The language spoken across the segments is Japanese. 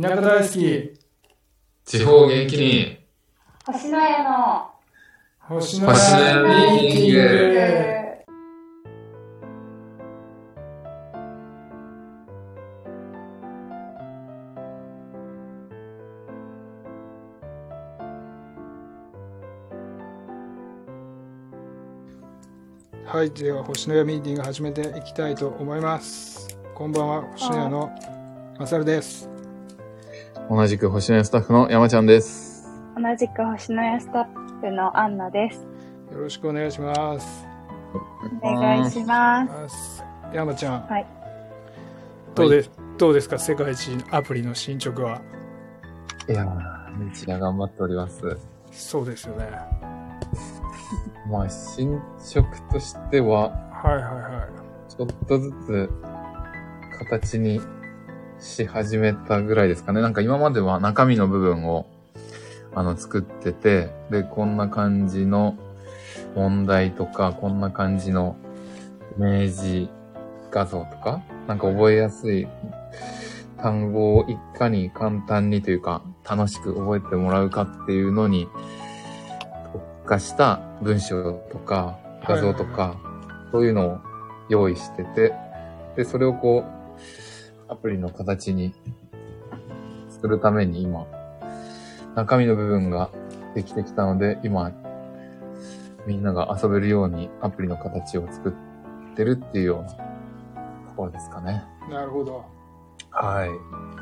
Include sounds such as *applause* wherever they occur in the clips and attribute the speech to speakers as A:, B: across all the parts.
A: 田舎大好き、
B: 地方元気に、
C: 星の家の
A: 星
B: 野家ミーティング
A: はい、では星の家ミーティング始めていきたいと思います。こんばんは、星の家のマサルです。
B: 同じく星野スタッフの山ちゃんです。
C: 同じく星の家スタッフのアンナです。
A: よろしくお願いします。
C: お願いします。
A: 山ちゃん、
C: はい。
A: どうでどうですか、世界一アプリの進捗は。
B: いやー、日夜頑張っております。
A: そうですよね。
B: まあ、進捗としては、
A: はいはいは
B: ちょっとずつ、形にし始めたぐらいですかね。なんか今までは中身の部分を、あの、作ってて、で、こんな感じの問題とか、こんな感じのイメージ画像とか、なんか覚えやすい単語をいかに簡単にというか、楽しく覚えてもらうかっていうのに、特化した文章とか、画像とか、そういうのを用意してて、で、それをこう、アプリの形に作るために今、中身の部分ができてきたので、今、みんなが遊べるようにアプリの形を作ってるっていうようなところですかね。
A: い。なるほど。
B: は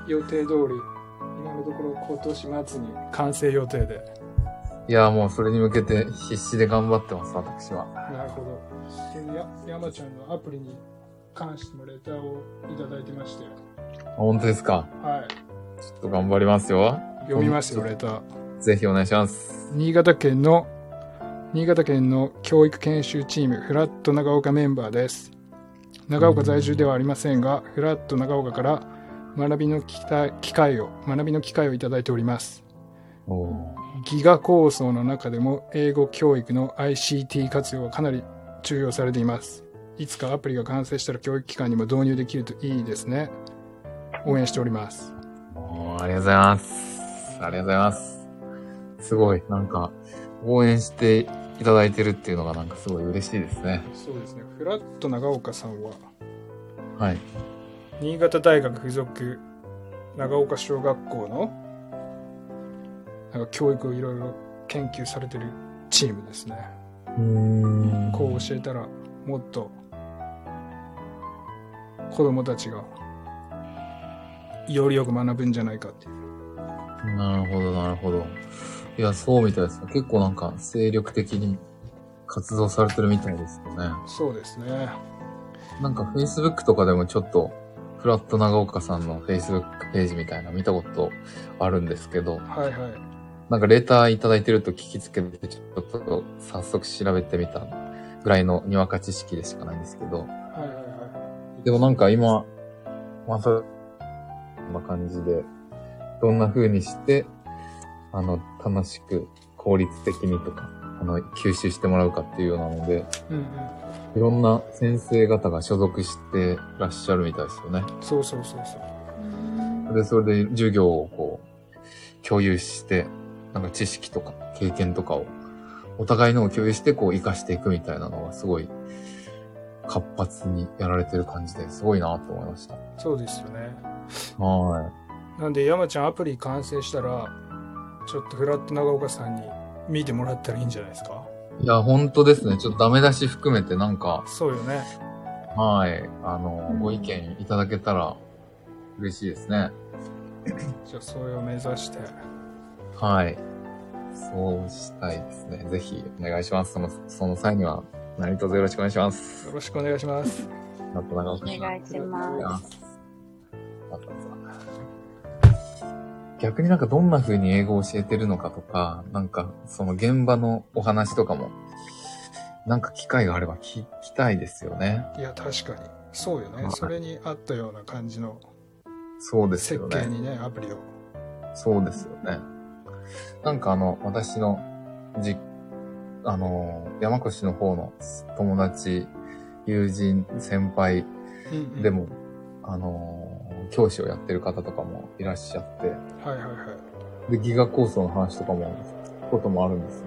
B: い。
A: 予定通り、今のところ今年末に完成予定で。
B: いや、もうそれに向けて必死で頑張ってます、私は。
A: なるほど。でや山ちゃんのアプリに関してもレターをいただいてまして、
B: 本当ですか
A: はい。
B: ちょっと頑張りますよ。
A: 読みますよ、レター。
B: ぜひお願いします。
A: 新潟県の新潟県の教育研修チームフラット長岡メンバーです長岡在住ではありませんがフラット長岡から学びの機会機会を学びの機会をいただいております
B: おー
A: ギガ構想の中でも英語教育の ICT 活用はかなり重要されていますいつかアプリが完成したら教育機関にも導入できるといいですね応援しております
B: おーありがとうございます。ありがとうございます。すごい、なんか、応援していただいてるっていうのがなんかすごい嬉しいですね。
A: そうですねフラット長岡さんは
B: はい。
A: 新潟大学附属長岡小学校のなんか教育をいろいろ研究されてるチームですね
B: うん
A: こう教えたらもっと子供たちがよりよく学ぶんじゃないかっていう
B: なるほど、なるほど。いや、そうみたいですね。結構なんか精力的に活動されてるみたいですよね。
A: そうですね
B: なんか Facebook とかでもちょっと、フラット長岡さんの Facebook ページみたいな見たことあるんですけ
A: は
B: ど、
A: いはい
B: なんかレターいただいてると聞きつけて、ちょっと早速調べてみたぐらいのにわか知識でしかないんですけど、
A: はいはいはい
B: でもなんか今、まさ、こんな感じで、どんな風にして、あの、楽しく、効率的にとか、あの、吸収してもらうかっていうようなので、
A: うんうん
B: いろんな先生方が所属してらっしゃるみたいですよね。
A: そうそうそうそう
B: で、それで授業をこう、共有して、なんか知識とか経験とかを、お互いのを共有して、こう、活かしていくみたいなのが、すごい、活発にやられてる感じで、すごいなと思いました。
A: そうですよね
B: はい。
A: なんで山ちゃんアプリ完成したらちょっとフラット長岡さんに見てもらったらいいんじゃないですか
B: いや、本当ですね。ちょっとダメ出し含めてなんか、
A: そうよね
B: はい、あの、
C: うん
B: ご意見いただけたら嬉しいですね。
A: じゃあそれを目指して
B: はい。そうしたいですね。ぜひお願いします。その、その際には、何卒よろしくお願いします。
A: よろしくお願いします
B: なっと長
C: お願いしま
B: ます。逆になんかどんな風に英語を教えてるのかとか、なんかその現場のお話とかも、なんか機会があれば聞きたいですよね。
A: いや確かにそうよね
B: はい
A: それに合ったような感じの
B: そうです
A: 設
B: よね。
A: 計にねアプリを
B: そうですよね。なんかあの、私の、じ、あの、山越の方の友達、友人、先輩
A: うんうん
B: でも、あの、教師をやってる方とかもいらっしゃって、
A: はいはいはい。
B: で、ギガ構想の話とかも、聞くこともあるんです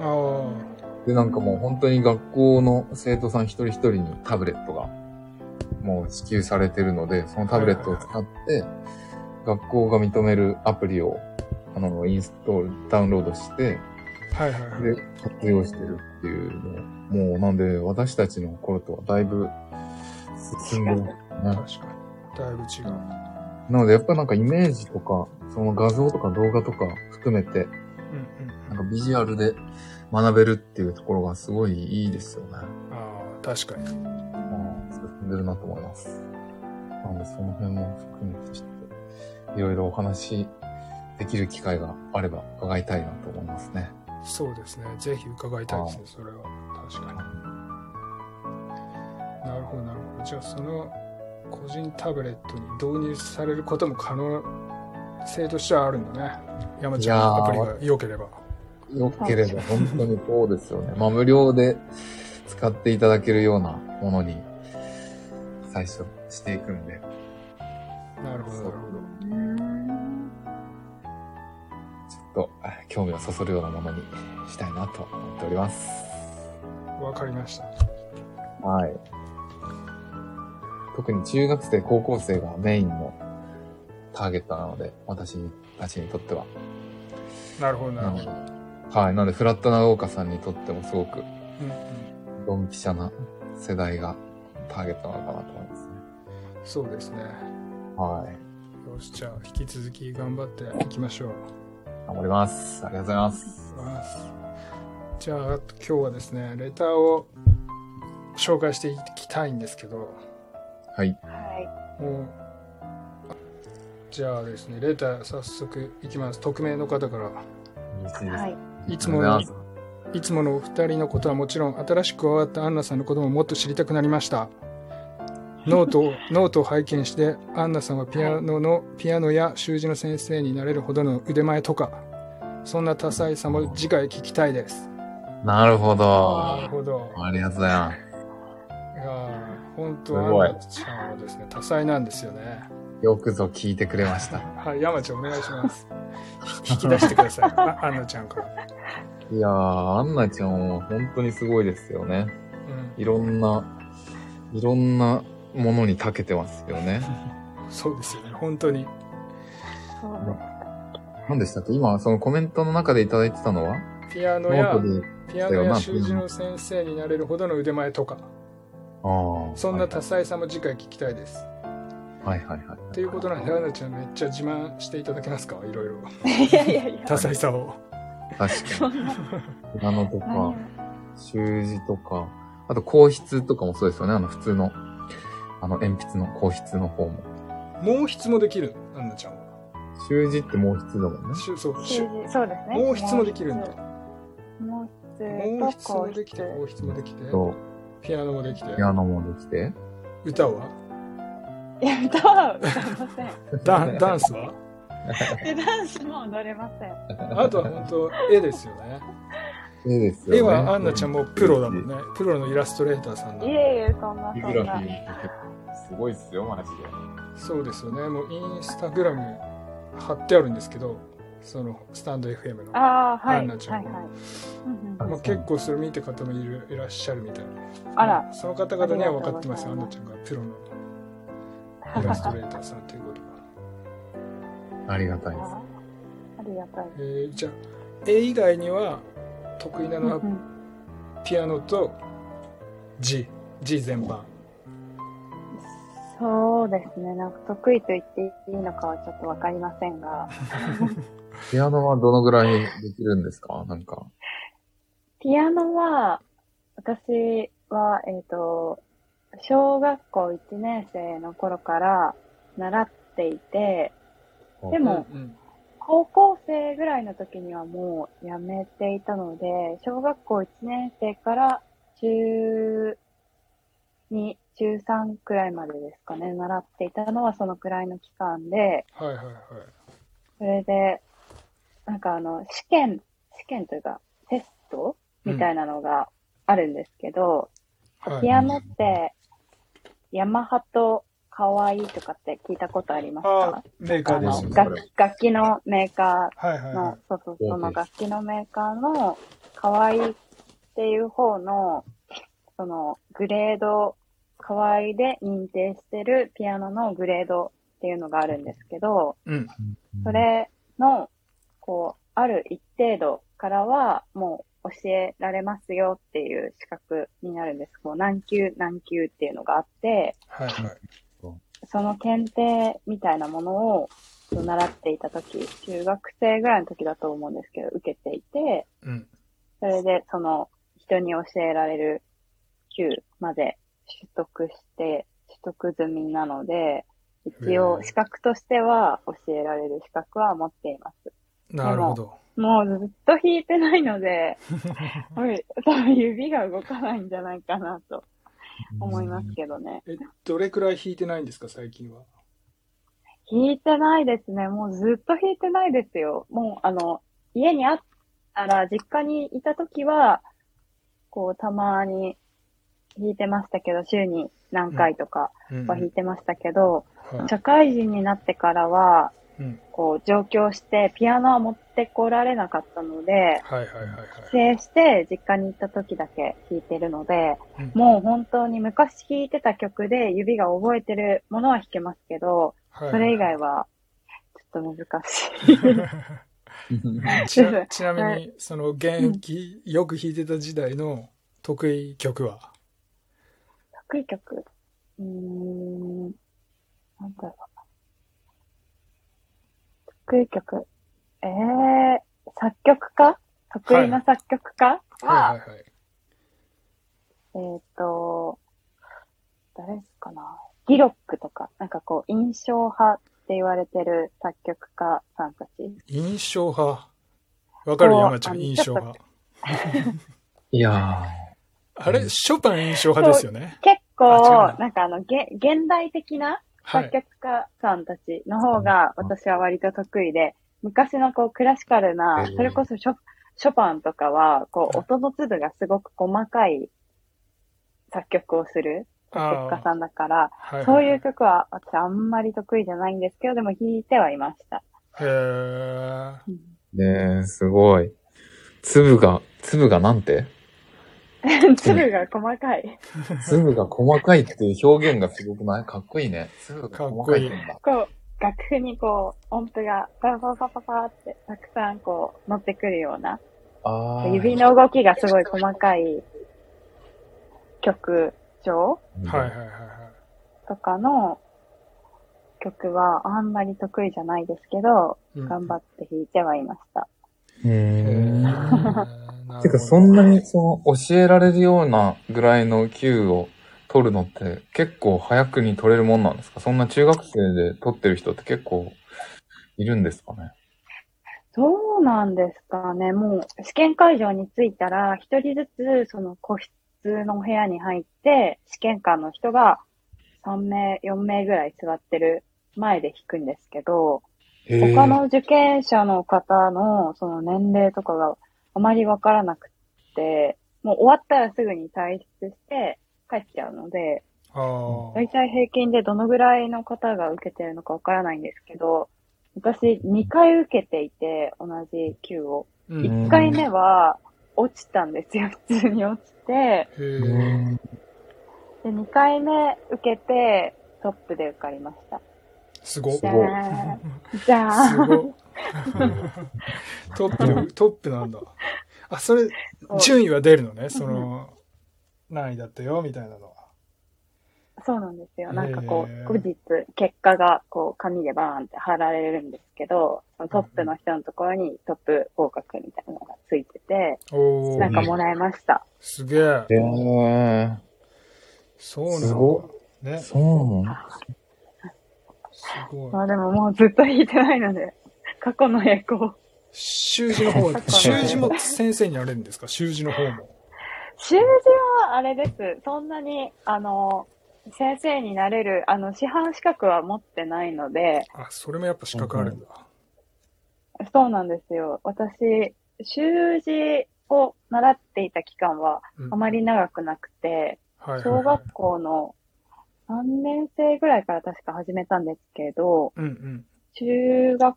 B: よ。
A: ああ、
B: で、なんかもう本当に学校の生徒さん一人一人にタブレットが、もう支給されてるので、そのタブレットを使って、学校が認めるアプリを、あの、インストール、ダウンロードして、
A: はいはいはい。
B: で、活用してるっていうのをもうなんで、私たちの頃とはだいぶ進んでますね。
A: 確かに。だいぶ違う。
B: なので、やっぱなんかイメージとか、その画像とか動画とか含めて、
A: うんうん。
B: なんかビジュアルで学べるっていうところがすごいいいですよね。
A: ああ、確かに。
B: まあ、進んでるなと思います。なので、その辺も含めて、ちょっと、いろいろお話できる機会があれば伺いたいなと思いますね。
A: そうですね。ぜひ伺いたいですね、それは。確かに。なるほど、なるほど。じゃあ、その個人タブレットに導入されることも可能性としてはあるんだね。山ちゃん
B: いや
A: の
B: ー
A: アプリが良ければ。
B: よければ、本当にそうですよね。まあ、無料で使っていただけるようなものに、最初していくんで。
A: なるほど、なるほど。
B: ちょっとあ興味をそそるようなものにしたいなと思っております。
A: わかりました。
B: はい。特に中学生、高校生がメインのターゲットなので、私たちにとっては。
A: なるほど、なるほど。
B: はい。なので、フラットな岡さんにとってもすごく、
A: うんうん、
B: ドンピシャな世代がターゲットなのかなと思いますね。
A: そうですね。
B: はい。
A: よし、じゃあ、引き続き頑張っていきましょう。
B: 頑張ります。ありがとうございます。
A: ますじゃあ、あと今日はですね、レターを紹介していきたいんですけど、
B: はい。
C: は
A: もう、じゃあですね、レター早速いきます。匿名の方から。
C: い。はい。
A: いつもの
B: ありがとうございます
A: いつものお二人のことはもちろん、新しく加わったアンナさんのことももっと知りたくなりました。ノートを、ノートを拝見して、アンナさんはピアノの、ピアノや習字の先生になれるほどの腕前とか、そんな多彩さも次回聞きたいです。
B: なるほ
A: なる
B: ど。
A: ほど。
B: ありがとうございます。
A: いやー本当
B: すご
A: ア
B: い
A: ンナちゃんはですね、多彩なんですよね。
B: よくぞ聞いてくれました。
A: はい、山ちゃんお願いします。引き出してください、あアンナちゃんから。
B: いやー、アンナちゃんは本当にすごいですよね。
A: うん、
B: いろんな、いろんなものに長けてますよね。
A: そうですよね、本当に。
C: そう
B: 何でしたっけ今、そのコメントの中でいただいてたのは
A: ピアノ
B: ノ
A: や
B: ート、で。
A: ピアノや習字の先生になれるほどの腕前とか、
B: ああ。
A: そんな
B: た
A: 多彩さも次回聞きたいです。
B: はいはいはい。
A: ということなんで、アンナちゃんめっちゃ自慢していただけますか、いろいろ。
C: ですか。いやいやいや。
A: 多彩さを。
B: 確か
C: そんな。
B: に。ピアノと
C: 何
B: か
C: を、
B: 習字とか、あと硬筆とかもそうですよね。あの普通の、あの鉛筆の硬筆の方も。
A: 毛筆もできる、アンナちゃんは。
B: 習字って毛筆だもんね。
A: しゅそうしゅ
C: 習字そうですね。
A: 毛筆もできるんだ。
C: 毛筆
A: 毛筆
C: と
A: もできて、
C: 硬
A: 毛筆もできて、
B: と、
A: ピアノもできて、
B: ピアノもできて。
A: 歌は
C: 筆いや、歌は歌えません。
A: ダンダンスは
C: でダンスも踊れません。
A: あとは本当絵ですよね。
B: 絵ですよね。
A: 絵はアンナちゃんもプロだもんね。プロのイラストレーターさんないんで
C: えいえ、そんな
B: ビ
C: そ
B: グ
C: ん
B: ラフィ
C: な
B: ー。にかけて。すごいっすよ、マジで。
A: そうですよね。もうインスタグラム貼ってあるんですけど、そのスタンド FM の。ま
C: ああ、は
A: アン
C: い。
A: ナ
C: はい
A: ちゃ
C: は
A: ん
C: い。うんうん
A: あ、結構それ見てる方もいるいらっしゃるみたいな。
C: あら、
A: その方々には分かってますよ。ア
C: あ
A: ン
C: り
A: ナ
C: が
A: ち
C: と
A: ゃんがプロのイラストレーターさんということが。
B: ありがたいです。
C: あありがたい。
A: えーじゃあ、絵以外には得意な
C: うん
A: の
C: う
A: は
C: ん
A: ピアノと字、字全般。
C: そうですね。なんか得意と言っていいのかはちょっとわかりませんが、
B: ピアノはどのぐらいできるんですかなんか。
C: ピアノは、私は、えっ、と、小学校1年生の頃から習っていて、でも、
A: うんうん
C: 高校生ぐらいの時にはもうやめていたので、小学校1年生から中2、中3くらいまでですかね、習っていたのはそのくらいの期間で、
A: はいはいはい。
C: それで、なんかあの、試験、試験というか、テストみたいなのがあるんですけど、
A: はい
C: ピアノって、ヤマハとかわいいとかって聞いたことあります
A: あ
C: か
A: あ、メーカ
C: あ
A: ーで
C: の
A: す。
B: ね
A: は
B: が
A: い
C: 楽楽器のメーカ
A: はいは
C: ー
A: い。
C: の
A: は、
C: そうそう、
B: そうです
C: その楽器のメーカーのかわいいっていう方の、そのグレード、かわいいで認定してるピアノのグレードっていうのがあるんですけど、
A: うん。
C: それの、こう、ある一定度からは、もう教えられますよっていう資格になるんです。こう、何級何級っていうのがあって、
A: はいはい。
C: その検定みたいなものを習っていた時中学生ぐらいの時だと思うんですけど、受けていて、
A: うん。
C: それでその人に教えられる級まで取得して、取得済みなので、一応資格としては教えられる資格は持っています。
A: なるほど。
C: もうずっと弾いてない
A: *laughs*
C: ので、多分指が動かないんじゃないかなと思いますけどね。
A: え、どれくらい弾いてないんですか、最近は。
C: 弾いてないですね。もうずっと弾いてないですよ。もうあの、家にあったら、実家にいた時は、こうたまに弾いてましたけど、週に何回とか
A: うんうん
C: は弾いてましたけど、
A: はい
C: 社会人になってからは、
A: うん
C: こう上京してピアノは持ってこられなかったので、
A: はいはいはいはい。
C: 帰省して実家に行った時だけ弾いてるので、
A: うん
C: もう本当に昔弾いてた曲で指が覚えてるものは弾けますけど、
A: はいはい
C: それ以外はちょっと難
A: *laughs*
C: し
A: ち
C: *laughs*
A: なちなみに、その現役、よく弾いてた時代の得意曲は、
C: い。得意曲うーん。なんだろうな。得意曲。えー、作曲家得意な作曲家は、
A: はいはいはい。
C: えっ、と、誰ですかな。ギロックとか、なんかこう、印象派って言われてる作曲家さんたち。
A: 印象派。わかる
C: こう
A: 山ちゃ
C: あ
A: ん、
C: の
A: 印象派。
B: *laughs* いや
A: あれ、ショパン印象派ですよね。あ違
C: 結
A: う
C: 構
A: な、
C: なんかあの、げ、現代的な
A: は
C: 作
A: い。
C: 曲家さんたちの方が、
B: うん
C: 私は割と得意で、昔のこう、クラシカルな
B: へえ、
C: それこそショ、ショパンとかは、こう、音の粒がすごく細かい作曲をする作曲家さんだから、
A: はいはい
C: そういう曲は私あんまり得意じゃないんですけど、でも弾いてはいました。
A: へー
B: ー、ねえ、すごい。粒が、粒がなんて
C: *laughs* 粒が細かい。
B: 粒が細かいっていう表現がすごくないかっこいいね。粒が細かいって言うんだ。
C: こう、楽譜にこう、音符がパラパラパラパラってたくさんこう、乗ってくるような、
B: ああ。
C: 指の動きがすごい細かい曲調
A: はいはい
B: い。
A: はいはい。
C: とかの曲はあんまり得意じゃないですけど、
A: うん
C: 頑張って弾いてはいました。
B: う
A: へ
B: ーん。
A: *laughs* ー
B: てか、そんなに、その、教えられるようなぐらいの級を取るのって、結構早くに取れるもんなんですかそんな中学生で取ってる人って結構いるんですかね
C: どうなんですかね。もう、試験会場に着いたら、一人ずつ、その個室の部屋に入って、試験官の人が3名、4名ぐらい座ってる前で弾くんですけど、他の受験者の方の、その年齢とかがあまりわからなくって、もう終わったらすぐに退出して帰っちゃうので、
A: あー
C: 大体平均でどのぐらいの方が受けてるのかわからないんですけど、私2回受けていて、同じ級を。
A: う
B: うん
A: ん
C: 1回目は落ちたんですよ、 *laughs* 普通に落ちて。
A: へ
B: う
A: ー
B: ん
C: で、2回目受けて、トップで受かりました。
A: すご。
C: じ
A: す
C: ゃ
B: ごい
C: ーん。じゃーん。
A: ご。ト
B: *laughs*
A: ップ、トップなんだ。あ、それ、順位は出るのね、その、何位だったよ、みたいなのは。
C: そうなんですよ。なんかこ
A: へー
C: う、後日、結果がこう、紙でバーンって貼られるんですけど、そのトップの人のところにトップ合格みたいなのがついてて、
A: お
C: なん
A: ー
C: かもらえました。
A: すげえ。
B: へえ
A: そうなんだ。
B: すご
A: ね、す
B: そうなの
A: ごい。
C: まあでももうずっと弾いてないので、 *laughs* 過去の栄光。
A: 習字の方
C: *laughs*
A: は、習字も先生になれるんですか習字の方も。
C: 習字はあれです。そんなに、あの、先生になれる、あの、師範資格は持ってないので、
A: あ、それもやっぱ資格あるんだ。
C: そうなんですよ。私、習字を習っていた期間は
A: うん
C: あまり長くなくて、
A: はいはいはい
C: 小学校の3年生ぐらいから確か始めたんですけど、
A: うんうん。
C: 中学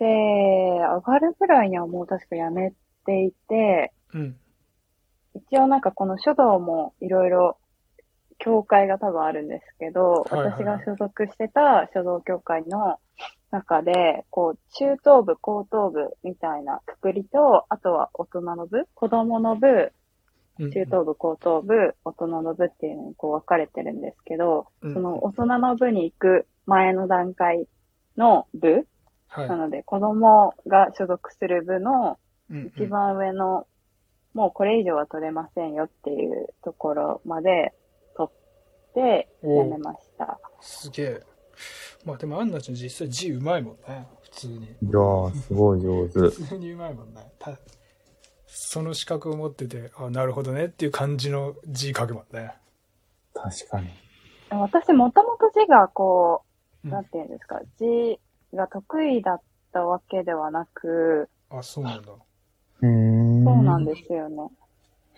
C: 生上がるぐらいにはもう確かやめていて、
A: うん。
C: 一応なんかこの書道もいろいろ協会が多分あるんですけど、
A: はいはいはい
C: 私が所属してた書道協会の中で、こう中等部、高等部みたいなくくりと、あとは大人の部、子供の部、
A: うんうん
C: 中等部、高等部、大人の部っていうのにこう分かれてるんですけど、
A: うん
C: その大人の部に行く前の段階の部、
A: はい
C: なので子供が所属する部の
A: うんうん
C: 一番上の、もうこれ以上は取れませんよっていうところまで取って、
A: お
C: や
A: う
C: めました。
A: すげえ。まあでもアンナちゃん実際字うまいもんね。普通に。
B: いやー、すごい上手。
A: 普通にうまいもんね。たその資格を持ってて、あなるほどねっていう感じの字書くもんね。
B: 確かに。
C: 私もともと字がこ
A: う
C: う、
A: ん
C: なんていうんですか、字が得意だったわけではなく、
A: あ、そうなんだ。
B: うーん
C: そうなん
B: す。
C: ですよね。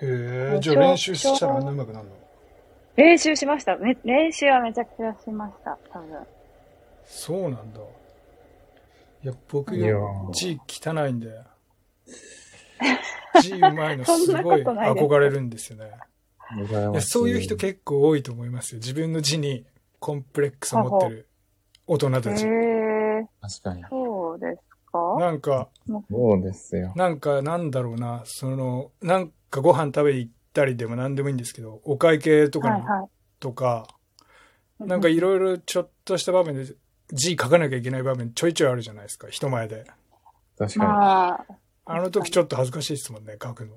A: へえ。
C: もう
A: じゃあ
C: 小
A: 練習したらあんなうまくなるの
C: 練習しました。め練習はめちゃくちゃしました。多分。
A: そうなんだ。いや、僕
B: いや
A: よ
B: ー
A: 字汚い
C: *laughs*
A: んで。字うまいのす
C: そんな
A: ご
C: こ
A: い
C: とないです
A: 憧れるんですよね。
B: 羨
A: い
B: ま
A: や
B: し
A: そういう人結構多いと思いますよ。自分の字にコンプレックスを持ってる大人
C: へ
A: たち。
C: えー、
B: 確かに。
C: そうですか
A: なんか、
B: そうですよ。
A: なんかなんだろうな、その、なんかご飯食べに行ったりでも何でもいいんですけど、お会計とか
C: はい
A: に、
C: は
A: とか、
C: い。
A: なんかいろいろちょっとした場面で字書かなきゃいけない場面ちょいちょいあるじゃないですか、人前で。
B: 確か
C: まあ、
A: あの時ちょっと恥ずかしいですもんね、書くの。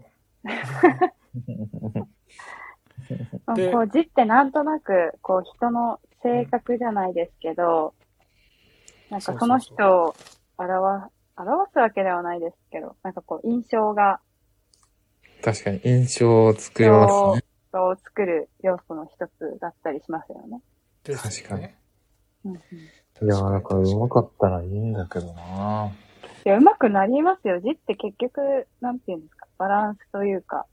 C: まあ
A: で
C: こう字ってなんとなくこう人の性格じゃないですけど、なんかその人を表表すわけではないですけど、なんかこう印象が、
B: に。確かに。印象を作りますね。
C: 人を作る要素の一つだったりしますよね。
A: ですよね。
C: うんうん、
B: いやー、だから上手か
A: っ
B: ったらいいんだけどない
C: や、うまくなりますよ。字って結局、なんていうんですか、バランスというか、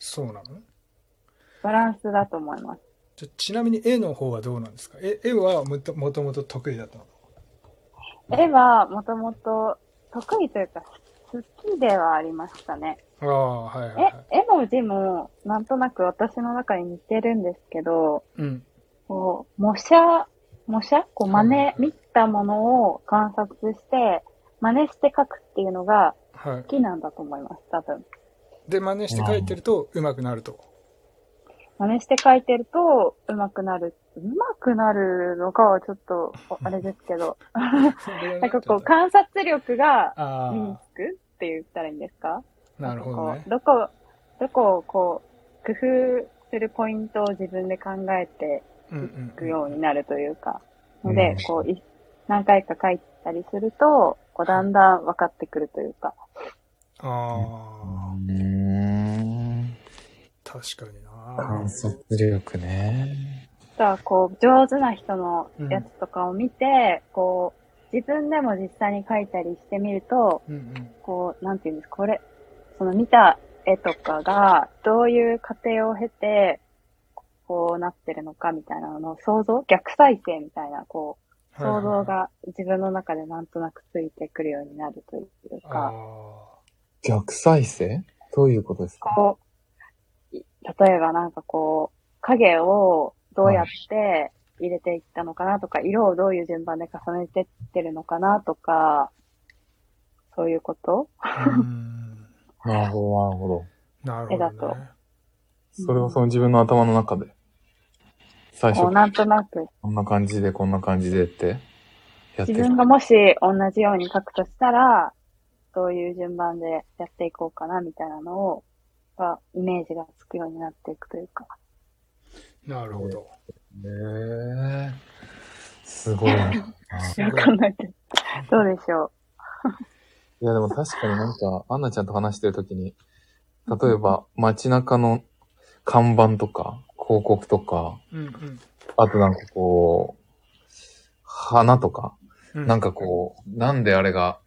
A: そうなの
C: バランスだと思います。
A: じゃちなみに絵の方はどうなんですか絵絵はもともともと得意だったの
C: 絵はもともと得意というか、好きではありましたね。
A: ああ、はいはい、はい。
C: え、絵も字も、なんとなく私の中に似てるんですけど、
A: うん。
C: こう、模写、模写こう、真
A: はいはい
C: 似、見たものを観察して、真似して書くっていうのが
A: はい
C: 好。きなんだと思います、多分。
A: で、真似して書いてると上手くなると。
C: 真似して書いてると、上手くなる。上手くなるのかはちょっと、おあれです
A: *laughs*
C: けど、 *laughs* なんかこう、観察力が
A: あ
C: 身に
A: あ
C: つくって言ったらいいんですか
A: ー、なるほどね。
C: どこ、どこをこう、工夫するポイントを自分で考えて
A: うん
C: い
A: うん
C: く
A: うん。
C: ようになるというか、
B: うん
C: ので、こうい、何回か書いたりすると、こう、だんだん分かってくるというか、
A: ああ、
B: うーん。
A: 確かにな
B: 観。察力ね。
C: あとは、こう、上手な人のやつとかを見て、こう、自分でも実際に書いたりしてみると、
A: うんうん。
C: こう、なんていうんですか、これ、その見た絵とかが、どういう過程を経て、こうなってるのかみたいなのの想像逆再生みたいな、こう、想像が自分の中でなんとなくついてくるようになるという
A: はいはいはい。
C: か、
B: 逆再生どういうことですか
C: こう、い例えばなんかこう、影をどうやって入れていったのかなとか、色をどういう順番で重ねてってるのかなとか、そういうこと
A: ああ。
C: *laughs*
A: うん
B: なるほど、なるほど。
A: なるほど、ね。
B: それをその自分の頭の中で。最
C: こ
B: 初
C: う、なんとなく
B: こんな感じで、こんな感じでって、やって
C: 自
B: いく
C: 分がもし同じように書くとしたら、どういう順番でやっていこうかなみたいなのを、がイメージがつくようになっていくというか。
A: なるほど。
B: ねえすごいな。 *laughs* い
C: わかんないけど。どうでしょ
B: や、でも確かになんか、アンナちゃんと話してるときに、例えば街中の看板とか、広告とか、
A: うんうん
B: あとなんかこう、花とか、
A: うん。
B: なんかこう、なんであれが、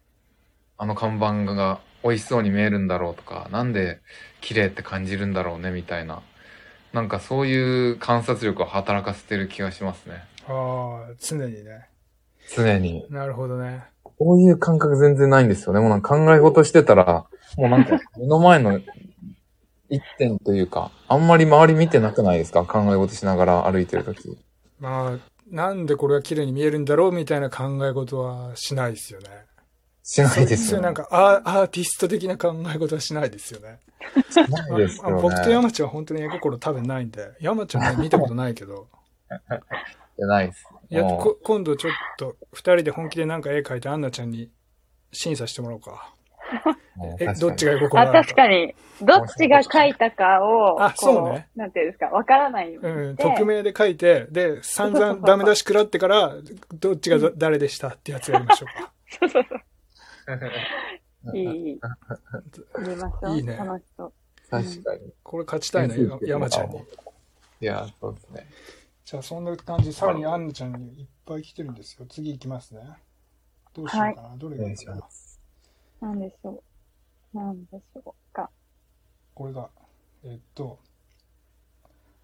B: あの看板が美味しそうに見えるんだろうとか、なんで綺麗って感じるんだろうねみたいななんかそういう観察力を働かせてる気がしますね。
A: ああ、常にね。
B: 常に。
A: なるほどね。
B: こういう感覚全然ないんですよね。もうなんか考え事してたら、もうなん
A: *laughs*
B: か目の前の一点というか、あんまり周り見てなくないですか考え事しながら歩いてるとき。
A: まあ、なんでこれが綺麗に見えるんだろうみたいな考え事はしないですよね。
B: しないです
A: そうい
B: よ
A: う
B: ね。
A: なんかアーアーティスト的な考え事はしないですよね。
B: しないです
A: あの
B: よね。
A: 僕と山ちゃんは本当に絵心多分ないんで、山ちゃんね、見たことないけ
B: *laughs*
A: ど、
B: じゃないです。
A: いや
B: もう
A: こ今度ちょっと2人で本気でなんか絵描いてアンナちゃんに審査してもらおうか。
B: もう
A: え、
B: 確かに
A: どっちが絵心
C: あ、
A: ある
C: 確かに。どっちが書いたかを、
A: あ
C: こ
A: そうね
C: なんていうんですか、わからないように
A: うん、
C: して
A: 匿名で描いて、で、散々ダメ出し食らってから、どっちがだ誰でしたってやつやりましょ
B: *laughs*
A: うか。
C: そうそうそう。いい、いい。言いましょう。
A: いいね
C: 楽しそう。
B: 確かに。
A: これ勝ちたいな、
B: うん
A: 山ちゃんに。
B: いや、そうですね。
A: じゃあそんな感じ、さらにアンナちゃんにいっぱい来てるんですよ。次行きますね。どうしようかな。どれ
B: お
A: がい
B: 願
A: い
B: いし
A: かな
B: ま。
C: なんでしょう。なんでしょうか。
A: これが。えっと、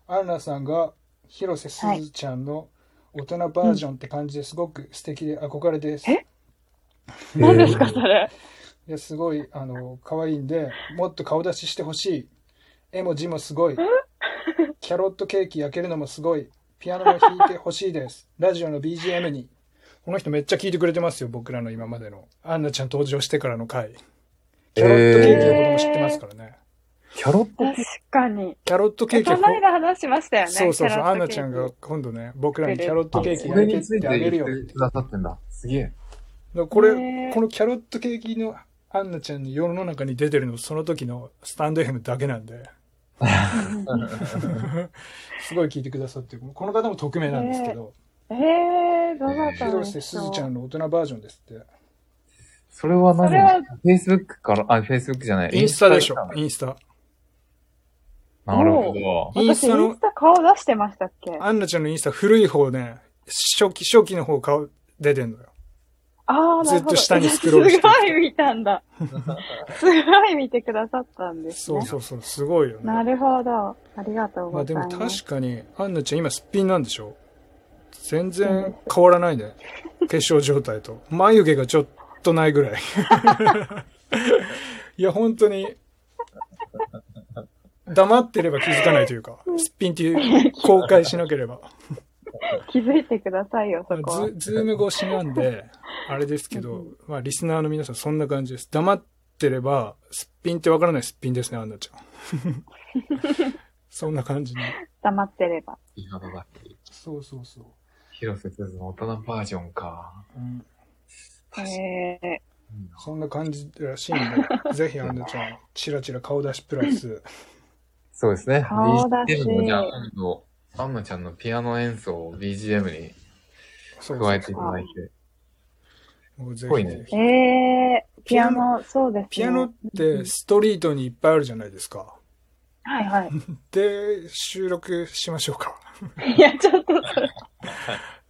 A: アンナさんが広瀬すずちゃんの大人バージョンって感じですごく素敵で憧れです。
C: え
A: い
B: す。
C: *laughs* なんですか、それ。
A: や、すごい、あの、可愛いんで、もっと顔出ししてほしい。絵も字もすごい。キャロットケーキ焼けるのもすごい。ピアノも弾いてほしいです。ラジオの BGM に。この人めっちゃ聞いてくれてますよ、僕らの今までの。アンナちゃん登場してからの回。キャロットケーキのことも知ってますからね。
B: キャロット
C: 確かに。
A: キャロットケーキ
C: こ
A: は
C: の間話しましたよね。
A: そうそうそう、アンナちゃん
C: キャロ
A: が
C: ット
A: 今度ね、僕らにキャロットケーキ
B: それ
A: 焼い
B: に
A: て
B: つ
A: っ
B: い
A: て
B: て
A: あげる
B: 言
A: よっ
B: って
A: て。
B: くださってんだ。すげえ。
A: これ
C: ね、
A: このキャロットケーキのアンナちゃんの世の中に出てるの、その時のスタンド FM だけなんで、すごい聞いてくださってる。この方も匿名なんですけど、
C: ケーキ。えー、どうだったんで
A: 広
C: し
A: 瀬
C: ょう。
A: すずちゃんの大人バージョンですって。
B: それは何
C: それは
B: ?Facebook から、あ、Facebook じゃない。
A: インスタでしょ
B: インス、タ
A: インスタ。
B: なるほど。
A: インス
C: 私、イ
A: タの
C: ンスタ顔出してましたっけあ
A: アンナちゃんのインスタ古い方ね、初期、初期の方顔出てんのよ。
C: あー、なるほど
A: ずっと下にスクロールしてる
C: すごい見たんだ。すごい見てくださったんです
A: そ
C: ね
A: う。そうそう、すごいよね。
C: なるほど。ありがと
A: ま
C: うご
A: あ
C: ざ
A: で
C: いま
A: も
C: す。
A: 確かに、アンナちゃん今すっぴんなんでしょ全然変わらないね。化粧状態と。眉毛がちょっとないぐ
C: *laughs*
A: らい。いや、本当に、黙ってれば気づかないというか、すっぴんっていう、公開しなければ。
C: 気づいてくださいよ、そこは
A: ズ。ズーム越しなんで、あれですけど、まあリスナーの皆さんそんな感じです。黙ってれば、すっぴんってわからないすっぴんですね、アンナちゃん。
C: *laughs*
A: そんな感じに。
C: 黙ってれば。
B: いいことだ
A: そうそうそう。
B: 広瀬すずの大人バージョンか。
A: うん
C: ええ
A: そんな感じらしいんで、ぜひアンナちゃん、チラチラ顔出しプラス、
B: そうですね。
C: 顔出し
B: BGM もじゃあ、アンのアンナちゃんのピアノ演奏を BGM に
A: そう
B: *laughs* 加
A: そう
B: えていただいて。
A: もうぜ
B: すご
A: ひ
B: い
A: ぜ
B: ね
A: ひ、
C: ええ
A: ピ
C: ピ
A: ア
C: ア
A: ノ
C: ノ、そうですね。
A: ピアノってストリートにいっぱいあるじゃないですか。
C: はい
A: *laughs*
C: はい。
A: で、収録しましょうか。
C: いや、ちょっとそれ、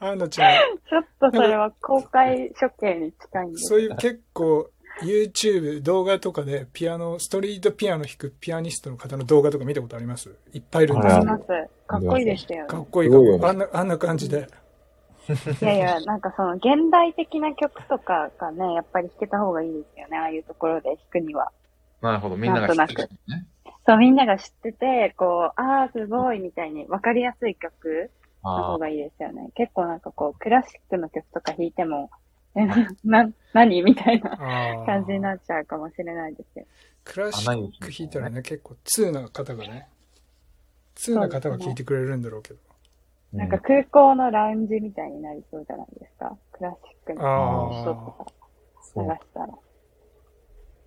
A: アンナちゃん、
C: ちょっとそれは公開処刑に近いんです
A: そういう結構、YouTube 動画とかでピアノ、ストリートピアノ弾くピアニストの方の動画とか見たことありますいっぱいいるんです
C: あ
A: よ
B: あり
C: りま。
B: ます
C: かっこいいでしたよね
A: か。っこいい
B: す
A: か
B: ごいよね
A: あんな、あんな感じで。
C: いやいや、なんかその現代的な曲とかがね、やっぱり弾けた方がいいですよね。ああいうところで弾くには。
B: なるほど。みんなが知ってるのね。
C: そう、みんなが知ってて、こう、ああ、すごいみたいに分かりやすい曲の
B: あ
C: 方
B: あ、
C: がいいですよね。結構なんかこう、クラシックの曲とか弾いても、え、な、な、何みたいな
A: あー
C: 感じになっちゃうかもしれないですよ。
A: クラシック弾いたらね、結構通な方がね、通な方が聞いてくれるんだろうけど。
B: うん
C: なんか空港のラウンジみたいになりそうじゃないですか。クラシックの
A: あ
C: 人
A: あ
C: と。か
B: そ
C: 探
B: う
C: したら。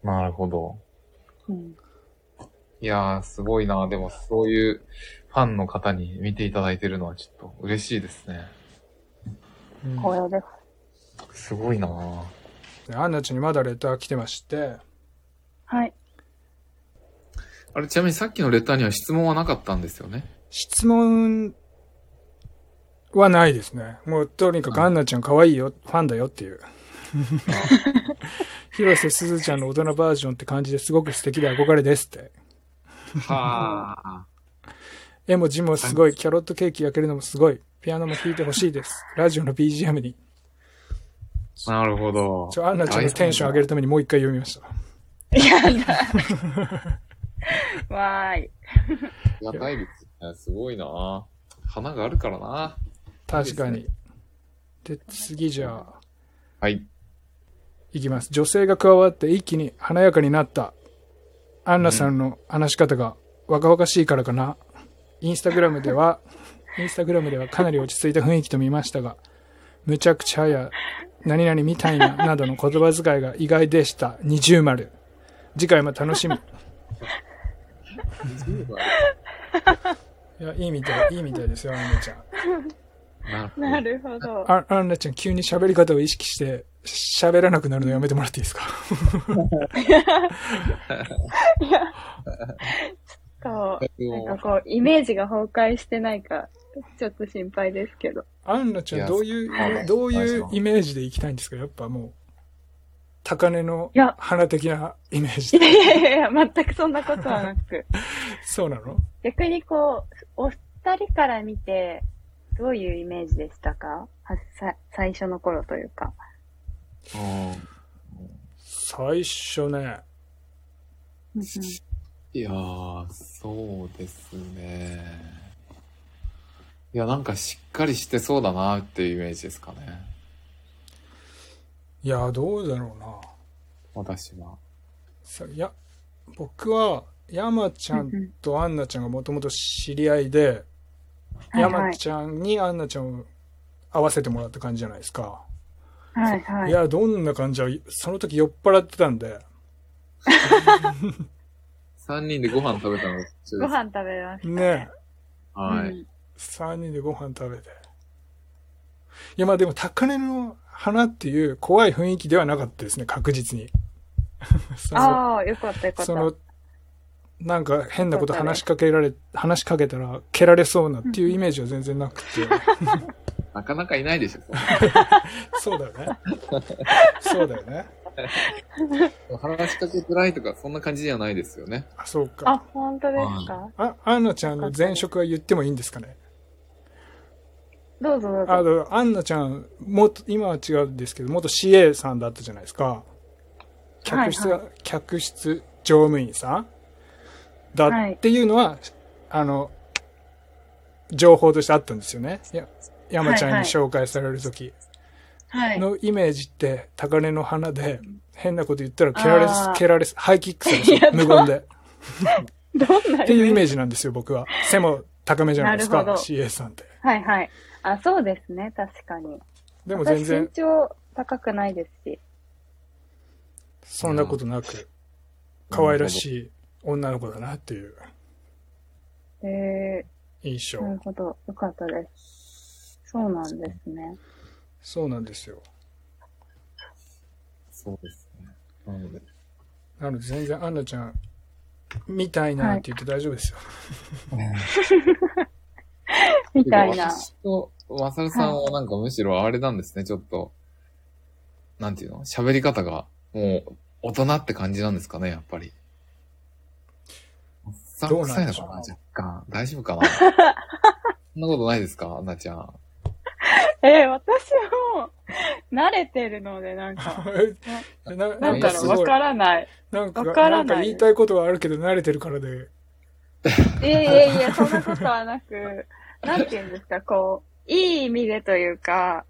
B: なるほど。
C: うん。
B: いやー、すごいな。でも、そういうファンの方に見ていただいてるのはちょっと嬉しいですね。
A: うん
C: 紅葉です。
B: すごいなぁ。
A: でアンナちゃんにまだレター来てまして、
C: はい。
B: あれ、ちなみにさっきのレターには質問はなかったんですよね。
A: 質問はないですね。もうとにかくアンナちゃん可愛いよ、ファンだよっていう。広瀬すずちゃんの大人バージョンって感じですごく素敵で憧れですって。
B: はあ。
A: 絵も字もすごい、キャロットケーキ焼けるのもすごい、ピアノも弾いてほしいです。ラジオの BGM に。
B: なるほど。
A: ちょ、アンナちゃんのテンション上げるためにもう一回読みました。
C: やだ。わーい。
B: 屋台率ねすごいな花があるからな
A: 確かに。で、次じゃあ、
B: はい。
A: いきます。女性が加わって一気に華やかになった。アンナさんの話し方が若々しいからかな。インスタグラムでは、インスタグラムではかなり落ち着いた雰囲気と見ましたが、むちゃくちゃや、何々みたいな、などの言葉遣いが意外でした。二重丸。次回も楽しみ。いや、いいみたい、いいみたいですよ、アンナちゃん。
B: なるほど。
C: なるほど。
A: あアンナちゃん、急に喋り方を意識して、喋らなくなるのやめてもらっていいですか
C: いや、ちょっと、なんかこう、イメージが崩壊してないか、ちょっと心配ですけど。
A: アンナちゃん、どうい
B: いや
A: う、どういうイメージで行きたいんですかやっぱもう、高嶺の
C: いや
A: 花的なイメージ
C: い
A: で。
C: やいやいや、全くそんなことはなく。
A: そうなの
C: 逆にこう、お二人から見て、どういうイメージでしたかはさ最初の頃というか。
B: うん
A: 最初ね、
B: いやー、そうですね。いや、なんかしっかりしてそうだなっていうイメージですかね。
A: いや、どうだろうな。
B: 私は。
A: さいや、僕は、山ちゃんとアンナちゃんがもともと知り合いで、
C: はいはい
A: 山ちゃんにアンナちゃんを合わせてもらった感じじゃないですか。
C: はいはいい。
A: や、どんな感じは、その時酔っ払ってたんで、
B: 三人でご飯食べたの途中
C: ご
B: です。
C: 飯食べました
A: ね
C: ね。、
B: は
C: う
B: い。
C: ん
A: 3人でご飯食べて。いや、まあでも、高嶺の花っていう怖い雰囲気ではなかったですね、確実に。 *laughs* その、
C: ああ、よかったよかっ
A: そ
C: た。
A: の、なんか変なこと話しかけられ、話しかけたら蹴られそうなっていうイメージは全然なくて。
B: なかなかいないでしょそ
A: そう
B: んな。
A: だよね。そうだよね。
B: 話しかけづらいとか、そんな感じじゃないですよね。
A: あ、そうか。
C: あ、本当ですか
A: あ、アンナちゃんの前職は言ってもいいんですかね
C: どうぞどう
A: あ
C: ぞ。
A: の、アンナちゃん、もっと、今は違うんですけど、元 CA さんだったじゃないですか。客室、
C: はい
A: 客室乗務員さんだ
C: はい
A: っていうのは、あの、情報としてあったんですよね。や山ちゃんに
C: はいはい
A: 紹介されるとき
C: はい。
A: のイメージって、高嶺の花で、変なこと言ったら蹴られ
C: あー、
A: 蹴られ、ハイキックされ
C: い
A: そ
C: *laughs* や
A: う、無言で。
C: どんな
A: っていうイメ
C: ー
A: ー
C: ジ
A: ジなんですよ、僕は。背も高めじゃないですか、
C: なるほど
A: CA さんって。
C: はいはい。あ、そうですね、確かに。
A: でも全
C: 私身
A: 然、
C: 長高くないですし。
A: そんなことなく、可愛らしい女の子だなっていう
C: え
A: 印
C: ー、
A: 象。
C: なるほど。よかったです。そうなんですね。
A: そうなんですよ。
B: そうですね。なので。
A: なので全然アンナちゃん、みたいなって言って大丈夫ですよ。
C: みたいな。
B: 私と、マサルさんはなんかむしろあれなんですね、ちょっと。なんていうの喋り方が、もう、大人って感じなんですかね、やっぱり。おっさん
A: どうなん
B: 臭
A: で
B: いの
A: し
B: か
A: ょう
B: な、若干。大丈夫
C: *laughs*
B: かなそんなことないですか、アンナちゃん。
C: えー、私も慣れてるので、なんか、
A: *laughs* なな
C: なんだろう、
A: す
B: わ
A: ご
C: わ
A: い
C: からない。
A: なんか、
C: わか
A: な
C: らない
A: んか言いたいことはあるけど慣れてるからで、
C: いやいやいや、そんなことはな *laughs* く、なんていうんですか、こう、いい意味でというか、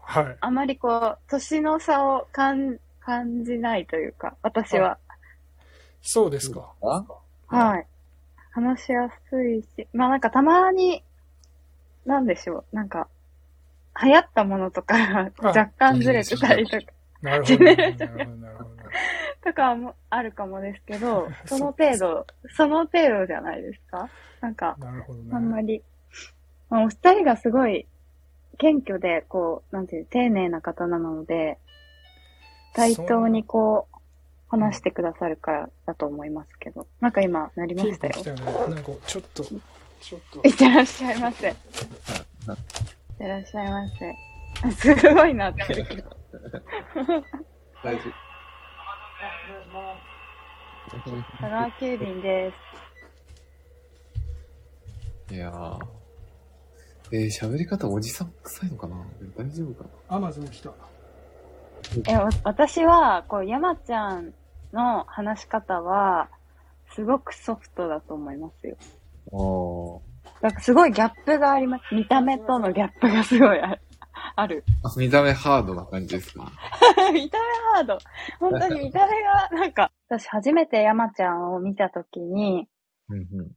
A: はい。
C: あまりこう、年の差を感感じないというか、私は。
A: そうです
C: *laughs*
A: か。
B: あ
C: はい。話しやすいし、まあなんかたまに、なんでしょう、なんか、流行ったものとか、
A: あ
C: 若干ずれてたりとか、
A: なるほど。なるほど。なるほど。
C: とかもあるかもですけど、 *laughs* その程度、その程度じゃないですかなんか、
A: なるほどね。
C: あんまり。まあ、お二人がすごい謙虚で、こう、なんていう、丁寧な方なので、対等にこう、話してくださるからだと思いますけど。なんか今、なりま
A: ピー
C: した
A: ク
C: よ
A: 来。たよね。なんか、ちょっと、ちょっと
C: い、ってらっしゃいませ。いってらっしゃいませ。すごいなって。
B: 大丈夫。
C: 佐川急便です。
B: いやー。えー、喋り方おじさん臭いのかな大丈夫かな
A: アマゾン来た。
C: え、わ私は、こう、山ちゃんの話し方は、すごくソフトだと思いますよ。
B: あー
C: なんかすごいギャップがあります。見た目とのギャップがすごいある。 *laughs* ある。
B: あ。見た目ハードな感じですか
C: 見た目ハード。本 *laughs* 当に見た目が、なんか、私初めて山ちゃんを見たときに、
B: うんうん。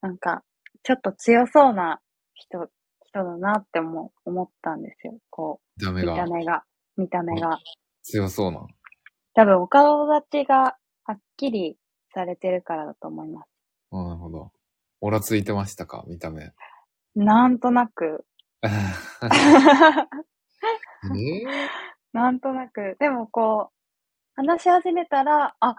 C: なんか、ちょっと強そうな人、人だなって思う思ったんですよ。こ
B: 見た
C: う、
B: 目
C: 見
B: が
C: た目が、見た目が。
B: 強そうな。
C: 多分、お顔立ちがはっきりされてるからだと思います。
B: あーなるほど。オラついてましたか見た
C: *laughs*
B: 目。
C: なんとな *laughs* く。
B: えー、 *laughs*
C: なんとなく。でも、こう、話し始めたら、あ、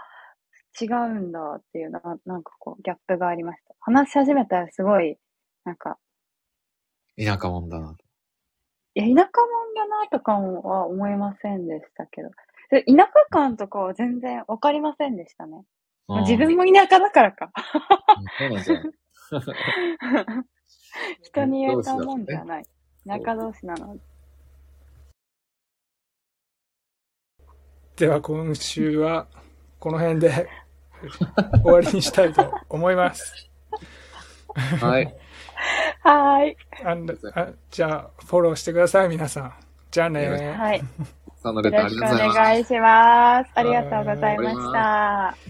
C: 違うんだっていうな、なんかこう、ギャップがありました。話し始めたらすごい、なんか、
B: 田舎者だな。
C: いや、田舎者だなとかは思いませんでしたけど。で田舎感とかは全然わかりませんでしたね。
B: あー
C: 自分も田舎だから
B: *laughs*
C: か。
B: そうなんじゃない
C: 人に言えたもんじゃない。
B: 同士だね
C: 田舎同士なの。
A: では今週はこの辺で終わりにしたいと思い
B: *laughs*
A: ます。
C: *laughs*
B: はい。
C: はーい。
A: あんあじゃあフォローしてください皆さん。じゃあね。
B: よろしく
C: はい。よ
B: サンドレッドあ
C: ろ
B: り
C: しくお
B: がとうございます。
C: 願いします。ありがとうございました。